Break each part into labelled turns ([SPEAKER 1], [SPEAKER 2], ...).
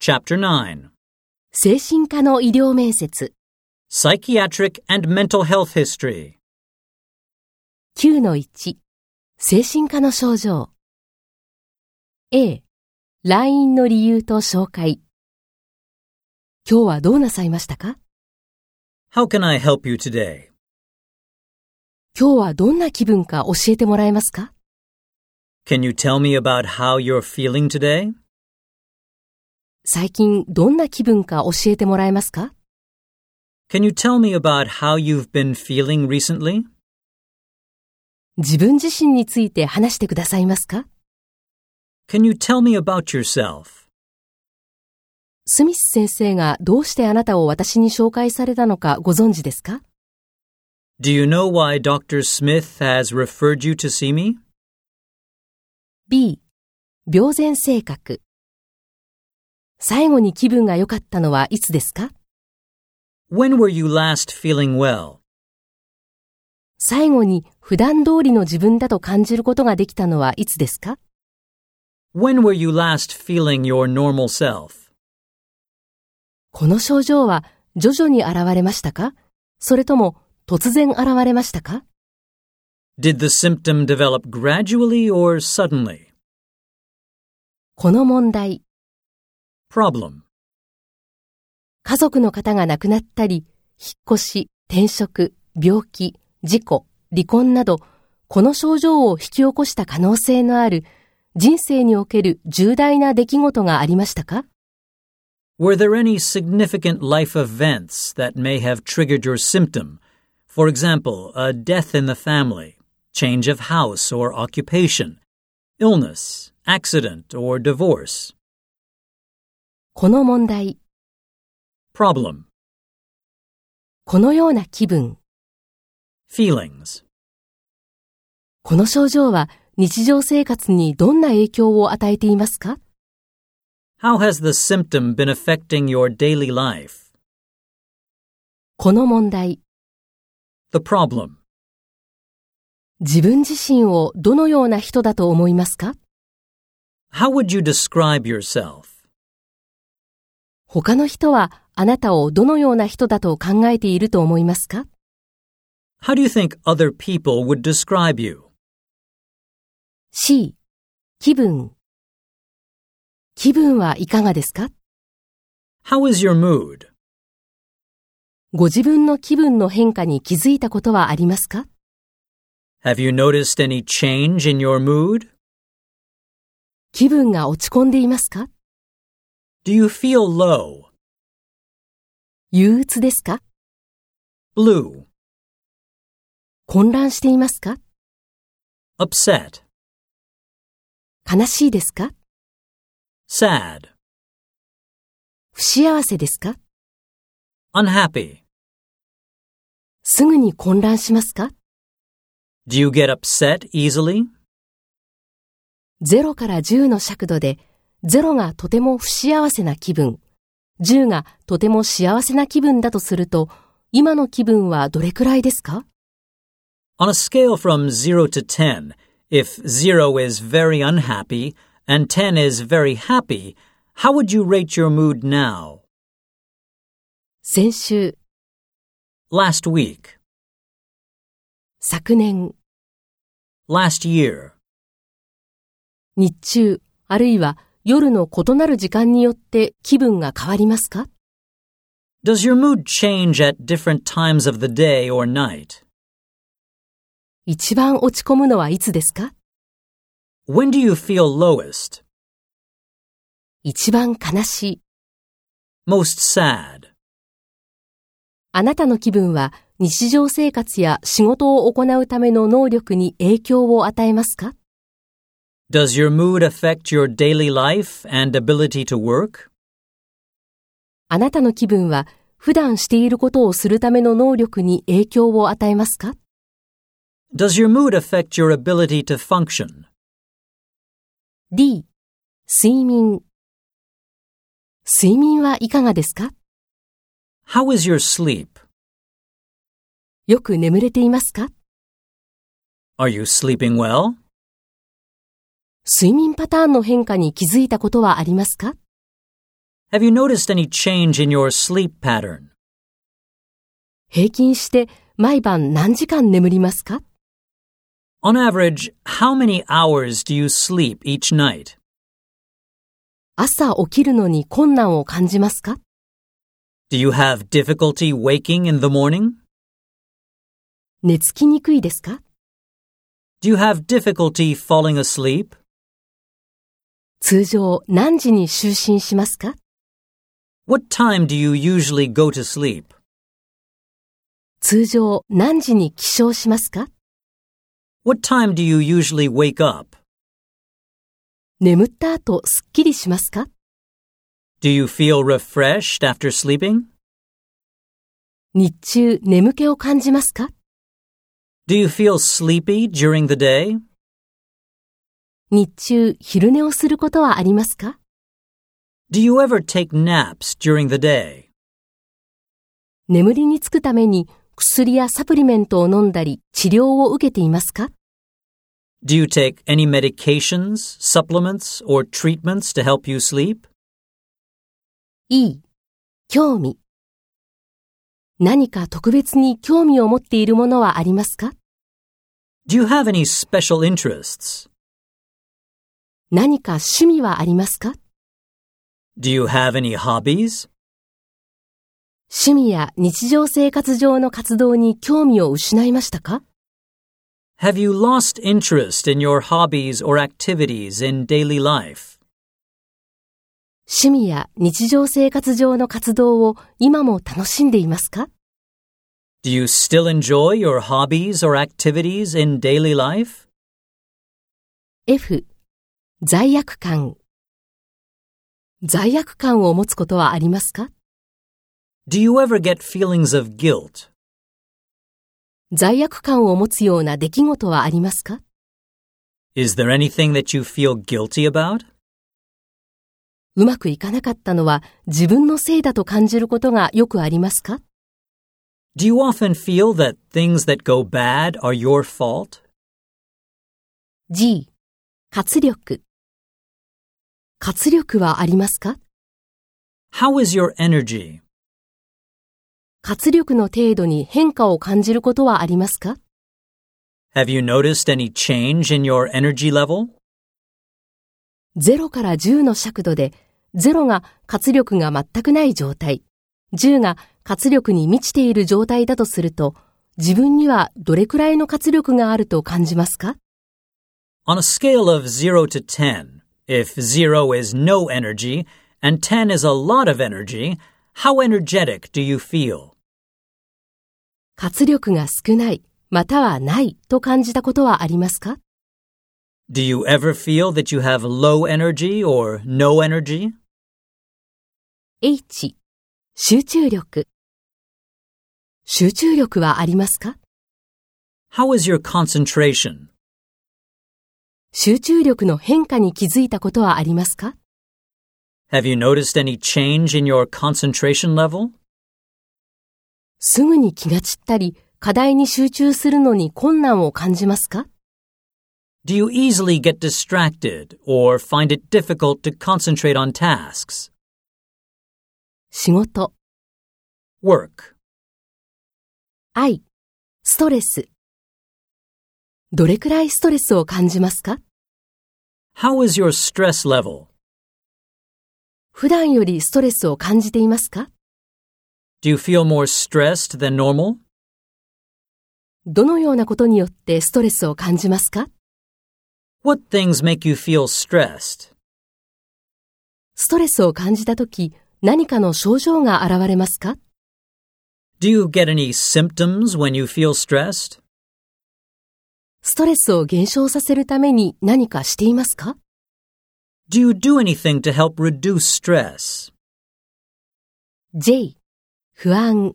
[SPEAKER 1] Chapter 9
[SPEAKER 2] 精神科の医療面接
[SPEAKER 1] Psychiatric and Mental Health History.
[SPEAKER 2] 9-1精神科の症状 A 来院の理由と紹介今日はどうなさいましたか
[SPEAKER 1] How can I help you today?
[SPEAKER 2] 今日はどんな気分か教えてもらえますか
[SPEAKER 1] Can you tell me about how you're feeling today?
[SPEAKER 2] 最近どんな気分か教えてもらえますか
[SPEAKER 1] Can you tell me about how you've been feeling recently?
[SPEAKER 2] 自分自身について話してくださいますか
[SPEAKER 1] Can you tell me about yourself?
[SPEAKER 2] スミス先生がどうしてあなたを私に紹介されたのかご存知ですか
[SPEAKER 1] Do you know why Dr. Smith has referred you to see me?
[SPEAKER 2] B、病前性格。最後に気分が良かったのはいつですか
[SPEAKER 1] When were you last feeling well?
[SPEAKER 2] 最後に普段通りの自分だと感じることができたのはいつですか
[SPEAKER 1] When were you last feeling your normal self?
[SPEAKER 2] この症状は徐々に現れましたかそれとも突然現れましたか
[SPEAKER 1] Did the symptom develop gradually or suddenly?
[SPEAKER 2] この問題、
[SPEAKER 1] Problem.
[SPEAKER 2] 家族の方が亡くなったり、引っ越し、転職、病気、事故、離婚など、この症状を引き起こした可能性のある人生における重大な出来事がありましたか
[SPEAKER 1] Were there any significant life events that may have triggered your symptom? For example, a death in the family, change of house or occupation, illness, accident, or divorce.
[SPEAKER 2] この問題、
[SPEAKER 1] Problem.
[SPEAKER 2] このような気分、
[SPEAKER 1] Feelings.
[SPEAKER 2] この症状は日常生活にどんな影響を与えていますか
[SPEAKER 1] How has the symptom been affecting your daily life?
[SPEAKER 2] この問題、
[SPEAKER 1] The problem.
[SPEAKER 2] 自分自身をどのような人だと思いますか
[SPEAKER 1] How would you describe yourself?
[SPEAKER 2] 他の人はあなたをどのような人だと考えていると思いますか
[SPEAKER 1] How do you think other people would describe you?
[SPEAKER 2] C、気分。気分はいかがですか
[SPEAKER 1] How is your mood?
[SPEAKER 2] ご自分の気分の変化に気づいたことはありますか
[SPEAKER 1] Have you noticed any change in your mood?
[SPEAKER 2] 気分が落ち込んでいますか
[SPEAKER 1] Do you feel low?
[SPEAKER 2] 憂鬱ですか
[SPEAKER 1] Blue.
[SPEAKER 2] 混乱していますか
[SPEAKER 1] Upset.
[SPEAKER 2] 悲しいですか
[SPEAKER 1] Sad.
[SPEAKER 2] 不幸せですか
[SPEAKER 1] Unhappy.
[SPEAKER 2] すぐに混乱しますか
[SPEAKER 1] Do you get upset easily?
[SPEAKER 2] ?0 から10の尺度で、0がとても不幸せな気分、10がとても幸せな気分だとすると、今の気分はどれくらいですか
[SPEAKER 1] On a scale from 0 to 10, if 0 is very unhappy and 10 is very happy, how would you rate your mood now?
[SPEAKER 2] 先週、
[SPEAKER 1] Last week.
[SPEAKER 2] 昨年、
[SPEAKER 1] Last year.
[SPEAKER 2] 日中、あるいは夜の異なる時間によって気分が変わりますか
[SPEAKER 1] Does your mood change at different times of the day or night?
[SPEAKER 2] 一番落ち込むのはいつですか
[SPEAKER 1] When do you feel lowest?
[SPEAKER 2] 一番悲しい。
[SPEAKER 1] Most sad.
[SPEAKER 2] あなたの気分は日常生活や仕事を行うための能力に影響を与えますか
[SPEAKER 1] Does your mood affect your daily life and ability to work?
[SPEAKER 2] あなたの気分は普段していることをするための能力に影響を与えますか
[SPEAKER 1] Does your mood affect your ability to function?
[SPEAKER 2] ?D、睡眠。睡眠はいかがですか
[SPEAKER 1] How is your sleep?
[SPEAKER 2] よく眠れていますか
[SPEAKER 1] Are you sleeping well?
[SPEAKER 2] 睡眠パターンの変化に気づいたことはありますか
[SPEAKER 1] Have you noticed any change in your sleep pattern?
[SPEAKER 2] 平均して毎晩何時間眠りますか
[SPEAKER 1] On average, how many hours do you sleep each night?
[SPEAKER 2] 朝起きるのに困難を感じますか
[SPEAKER 1] Do you have difficulty waking in the morning?
[SPEAKER 2] 寝つきにくいですか
[SPEAKER 1] Do you have difficulty falling asleep?
[SPEAKER 2] 通常何時に就寝しますか
[SPEAKER 1] What time do you usually go to sleep?
[SPEAKER 2] 通常何時に起床しますか
[SPEAKER 1] What time do you usually wake up?
[SPEAKER 2] 眠った後すっきりしますか
[SPEAKER 1] Do you feel refreshed after sleeping?
[SPEAKER 2] 日中眠気を感じますか
[SPEAKER 1] Do you feel sleepy during the day?
[SPEAKER 2] 日中昼寝をすることはありますか
[SPEAKER 1] Do you ever take naps during the day?
[SPEAKER 2] 眠りにつくために薬やサプリメントを飲んだり治療を受けていますか
[SPEAKER 1] Do you take any medications, supplements, or treatments to help you sleep?
[SPEAKER 2] いい。興味。何か特別に興味を持っているものはありますか
[SPEAKER 1] Do you have any special interests?
[SPEAKER 2] 何か趣味はありますか
[SPEAKER 1] Do you have any hobbies?
[SPEAKER 2] 趣味や日常生活上の活動に興味を失いましたか
[SPEAKER 1] Have you lost interest in your hobbies or activities in daily life?
[SPEAKER 2] 趣味や日常生活上の活動を今も楽しんでいますか
[SPEAKER 1] Do you still enjoy your hobbies or activities in daily life?
[SPEAKER 2] ?F、罪悪感。罪悪感を持つことはありますか
[SPEAKER 1] Do you ever get feelings of guilt?
[SPEAKER 2] 罪悪感を持つような出来事はありますか
[SPEAKER 1] Is there anything that you feel guilty about?
[SPEAKER 2] うまくいかなかったのは自分のせいだと感じることがよくありますか
[SPEAKER 1] Do you often feel that things that go bad are your fault?
[SPEAKER 2] ?G、活力。活力はありますか
[SPEAKER 1] How is your energy?
[SPEAKER 2] 活力の程度に変化を感じることはありますか
[SPEAKER 1] Have you noticed any change in your energy level?
[SPEAKER 2] 0から10の尺度で、0が活力が全くない状態、10が活力に満ちている状態だとすると、自分にはどれくらいの活力があると感じますか
[SPEAKER 1] On a scale of 0 to 10, if 0 is no energy and 10 is a lot of energy, how energetic do you feel?
[SPEAKER 2] 活力が少ない、またはないと感じたことはありますか
[SPEAKER 1] Do you ever feel that you have low energy or no energy?
[SPEAKER 2] ?H、集中力。集中力はありますか
[SPEAKER 1] How is your concentration?
[SPEAKER 2] 集中力の変化に気づいたことはありますか
[SPEAKER 1] Have you noticed any change in your concentration level?
[SPEAKER 2] すぐに気が散ったり、課題に集中するのに困難を感じますか
[SPEAKER 1] Do you easily get distracted or find it difficult to concentrate on tasks?
[SPEAKER 2] 仕事、
[SPEAKER 1] Work.
[SPEAKER 2] 愛、ストレス。どれくらいストレスを感じますか
[SPEAKER 1] How is your stress level?
[SPEAKER 2] 普段よりストレスを感じていますか
[SPEAKER 1] Do you feel more stressed than normal?
[SPEAKER 2] どのようなことによってストレスを感じますか
[SPEAKER 1] What things make you feel stressed?
[SPEAKER 2] ストレスを感じたとき、何かの症状が現れますか
[SPEAKER 1] Do you get any symptoms when you feel stressed?
[SPEAKER 2] ストレスを減少させるために何かしていますか
[SPEAKER 1] Do you do anything to help reduce stress?
[SPEAKER 2] ?J、不安。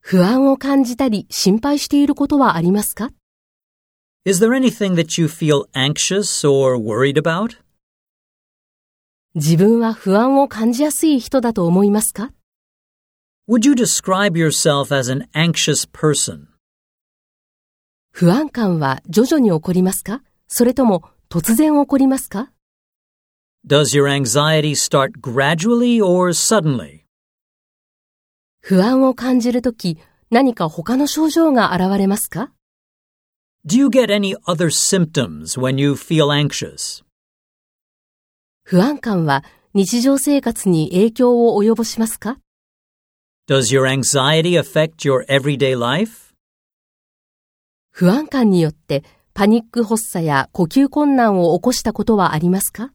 [SPEAKER 2] 不安を感じたり心配していることはありますか
[SPEAKER 1] Is there anything that you feel anxious or worried about?
[SPEAKER 2] 自分は不安を感じやすい人だと思いますか
[SPEAKER 1] Would you describe yourself as an anxious person?
[SPEAKER 2] 不安感は徐々に起こりますかそれとも突然起こりますか
[SPEAKER 1] Does your anxiety start gradually or suddenly?
[SPEAKER 2] 不安を感じるとき、何か他の症状が現れますか
[SPEAKER 1] Do you get any other symptoms when you feel anxious?
[SPEAKER 2] 不安感は日常生活に影響を及ぼしますか
[SPEAKER 1] Does your anxiety affect your everyday life?
[SPEAKER 2] 不安感によってパニック発作や呼吸困難を起こしたことはありますか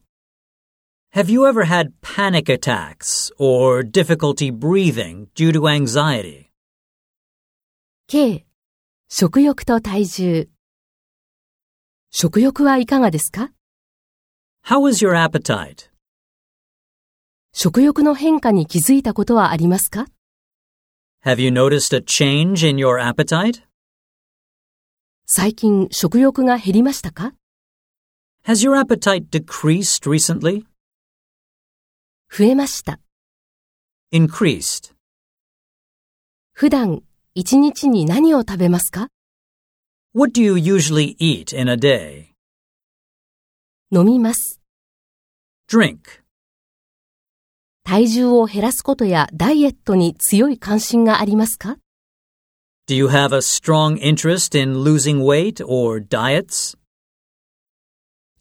[SPEAKER 1] Have you ever had panic attacks or difficulty breathing due to anxiety?
[SPEAKER 2] K、食欲と体重。食欲はいかがですか
[SPEAKER 1] How is your appetite?
[SPEAKER 2] 食欲の変化に気づいたことはありますか
[SPEAKER 1] Have you noticed a change in your appetite?
[SPEAKER 2] 最近食欲が減りましたか
[SPEAKER 1] Has your appetite decreased recently?
[SPEAKER 2] 増えました。
[SPEAKER 1] Increased.
[SPEAKER 2] 普段、一日に何を食べますか
[SPEAKER 1] What do you usually eat in a day?
[SPEAKER 2] 飲みます。
[SPEAKER 1] Drink.
[SPEAKER 2] 体重を減らすことやダイエットに強い関心がありますか
[SPEAKER 1] Do you have a strong interest in losing weight or diets?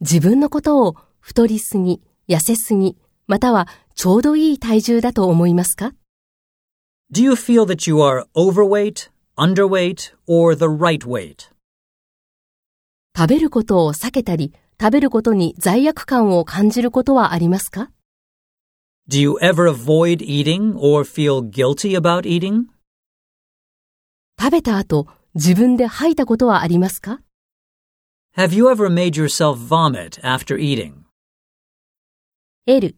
[SPEAKER 2] 自分のことを太りすぎ、痩せすぎ、またはちょうどいい体重だと思いますか
[SPEAKER 1] Do you feel that you are overweight, underweight, or the right weight?
[SPEAKER 2] 食べることを避けたり、食べることに罪悪感を感じることはありますか
[SPEAKER 1] Do you ever avoid eating or feel guilty about eating?
[SPEAKER 2] 食べた後、自分で吐いたことはありますか
[SPEAKER 1] Have you ever made yourself vomit after eating?
[SPEAKER 2] ?L、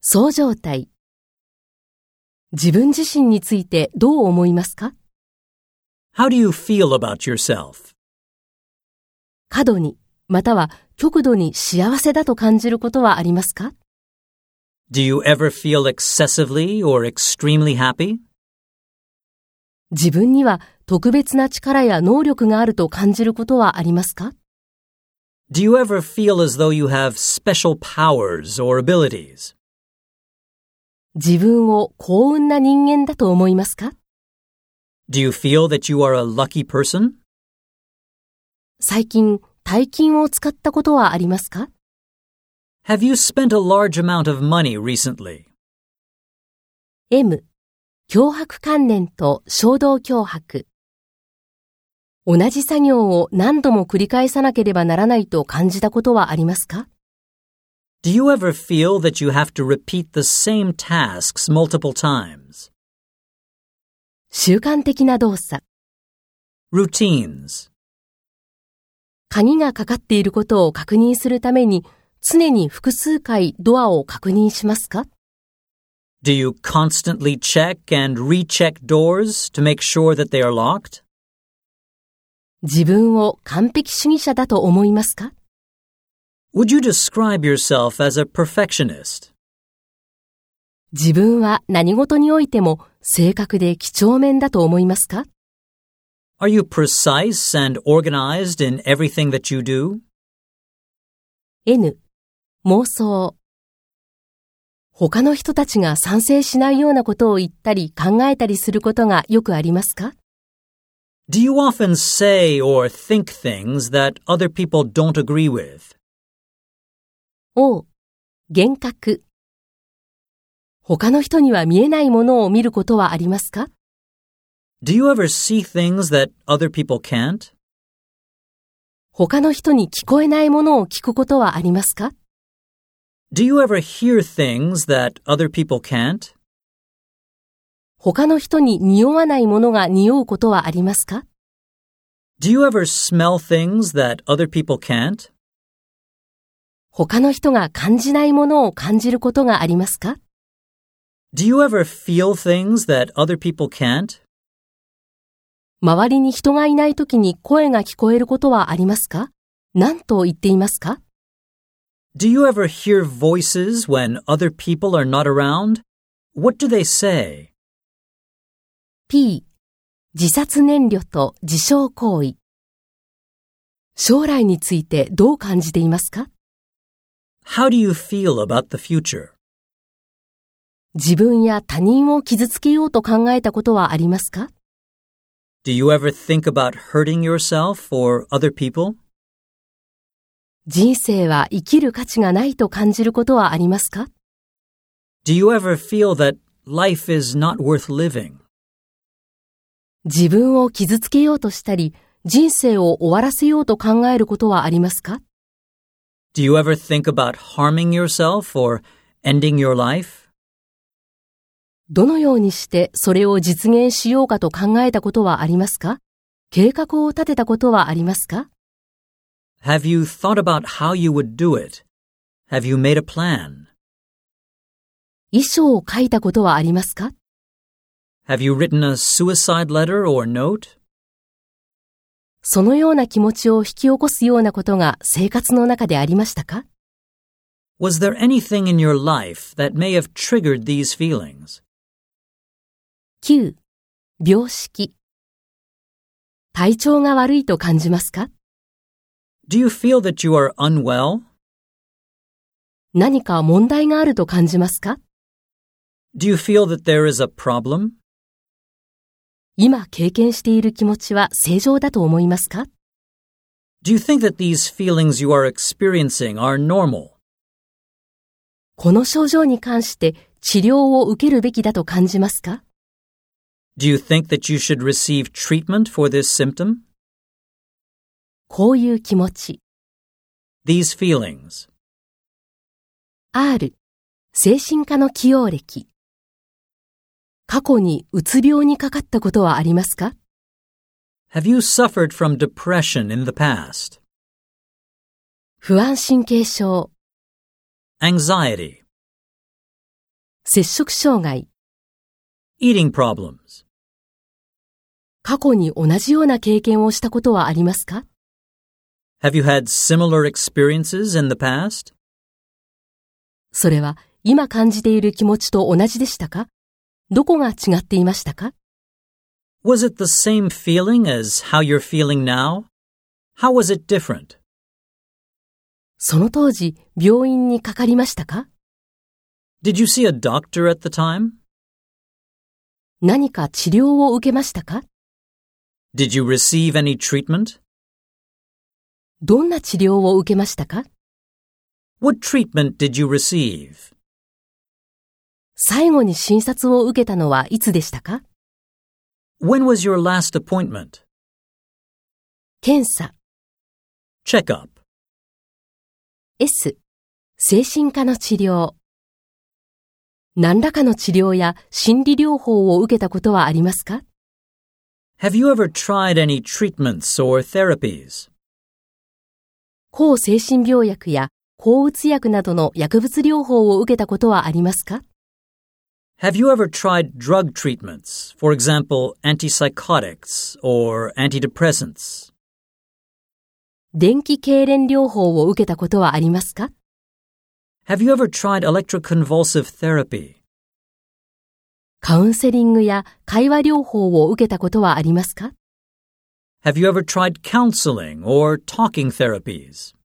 [SPEAKER 2] そう状態。自分自身についてどう思いますか
[SPEAKER 1] How do you feel about yourself?
[SPEAKER 2] 過度に、または極度に幸せだと感じることはありますか
[SPEAKER 1] Do you ever feel excessively or extremely happy?
[SPEAKER 2] 自分には特別な力や能力があると感じることはありますか
[SPEAKER 1] Do you ever feel as though you have special powers or abilities?
[SPEAKER 2] 自分を幸運な人間だと思いますか
[SPEAKER 1] Do you feel that you are a lucky person?
[SPEAKER 2] 最近、大金を使ったことはありますか
[SPEAKER 1] Have you spent a large amount of money recently?
[SPEAKER 2] ?M、脅迫観念と衝動脅迫。同じ作業を何度も繰り返さなければならないと感じたことはありますか
[SPEAKER 1] Do you ever feel that you have to repeat the same tasks multiple times?
[SPEAKER 2] 習慣的な動作。
[SPEAKER 1] Routines.
[SPEAKER 2] 鍵がかかっていることを確認するために、常に複数回ドアを確認しますか
[SPEAKER 1] Do you constantly check and recheck doors to make sure that they are locked?
[SPEAKER 2] 自分を完璧主義者だと思いますか
[SPEAKER 1] Would you describe yourself as a perfectionist?
[SPEAKER 2] 自分は何事においても正確で几帳面だと思いますか
[SPEAKER 1] Are you precise and organized in everything that you do?
[SPEAKER 2] ?N、妄想。他の人たちが賛成しないようなことを言ったり考えたりすることがよくありますか
[SPEAKER 1] Do you often say or think things that other people don't agree with?
[SPEAKER 2] ?O、幻覚。他の人には見えないものを見ることはありますか
[SPEAKER 1] Do you ever see things that other people can't?
[SPEAKER 2] 他の人に聞こえないものを聞くことはありますか
[SPEAKER 1] Do you ever hear things that other people can't?
[SPEAKER 2] 他の人に匂わないものが匂うことはありますか
[SPEAKER 1] Do you ever smell things that other people can't?
[SPEAKER 2] 他の人が感じないものを感じることがありますか
[SPEAKER 1] Do you ever feel things that other people can't?
[SPEAKER 2] 周りに人がいない時に声が聞こえることはありますか何と言っていますか
[SPEAKER 1] Do you ever hear voices when other people are not around? What do they say?
[SPEAKER 2] ?P、自殺燃料と自傷行為。将来についてどう感じていますか
[SPEAKER 1] How do you feel about the future?
[SPEAKER 2] 自分や他人を傷つけようと考えたことはありますか
[SPEAKER 1] Do you ever think about hurting yourself or other people?
[SPEAKER 2] 人生は生きる価値がないと感じることはありますか
[SPEAKER 1] Do you ever feel that life is not worth living?
[SPEAKER 2] 自分を傷つけようとしたり、人生を終わらせようと考えることはありますか
[SPEAKER 1] Do you ever think about harming yourself or ending your life?
[SPEAKER 2] どのようにしてそれを実現しようかと考えたことはありますか計画を立てたことはありますか
[SPEAKER 1] Have you thought about how you would do it? Have you made a plan?
[SPEAKER 2] 遺書を書いたことはありますか
[SPEAKER 1] Have you written a suicide letter or note?
[SPEAKER 2] そのような気持ちを引き起こすようなことが生活の中でありましたか
[SPEAKER 1] Was there anything in your life that may have triggered these feelings?
[SPEAKER 2] 9. 病識体調が悪いと感じますか
[SPEAKER 1] Do you feel that you are unwell?
[SPEAKER 2] 何か問題があると感じますか
[SPEAKER 1] Do you feel that there is a problem?
[SPEAKER 2] 今経験している気持ちは正常だと思いますか
[SPEAKER 1] Do you think that these feelings you are experiencing are normal?
[SPEAKER 2] この症状に関して治療を受けるべきだと感じますか
[SPEAKER 1] Do you think that you should receive treatment for this symptom?
[SPEAKER 2] こういう気持ち。
[SPEAKER 1] These feelings.
[SPEAKER 2] R、精神科の起用歴。過去にうつ病にかかったことはありますか
[SPEAKER 1] Have you suffered from depression in the past?
[SPEAKER 2] 不安神経症、
[SPEAKER 1] Anxiety.
[SPEAKER 2] 摂食障害、
[SPEAKER 1] Eating problems.
[SPEAKER 2] 過去に同じような経験をしたことはありますか
[SPEAKER 1] Have you had similar experiences in the past?
[SPEAKER 2] それは今感じている気持ちと同じでしたかどこが違っていましたか
[SPEAKER 1] Was it the same feeling as how you're feeling now? How was it different?
[SPEAKER 2] その当時、病院にかかりましたか
[SPEAKER 1] Did you see a doctor at the time?
[SPEAKER 2] 何か治療を受けましたか
[SPEAKER 1] Did you receive any treatment?
[SPEAKER 2] どんな治療を受けましたか
[SPEAKER 1] What treatment did you receive?
[SPEAKER 2] 最後に診察を受けたのはいつでしたか
[SPEAKER 1] When was your last appointment?
[SPEAKER 2] 検査
[SPEAKER 1] Checkup.
[SPEAKER 2] S 精神科の治療何らかの治療や心理療法を受けたことはありますか
[SPEAKER 1] Have you ever tried any treatments or therapies?
[SPEAKER 2] 抗精神病薬や抗うつ薬などの薬物療法を受けたことはありますか
[SPEAKER 1] Have you ever tried drug treatments, for example, antipsychotics or antidepressants?
[SPEAKER 2] 電気痙攣療法を受けたことはありますか
[SPEAKER 1] Have you ever tried electroconvulsive therapy?
[SPEAKER 2] カウンセリングや会話療法を受けたことはありますか
[SPEAKER 1] Have you ever tried counseling or talking therapies?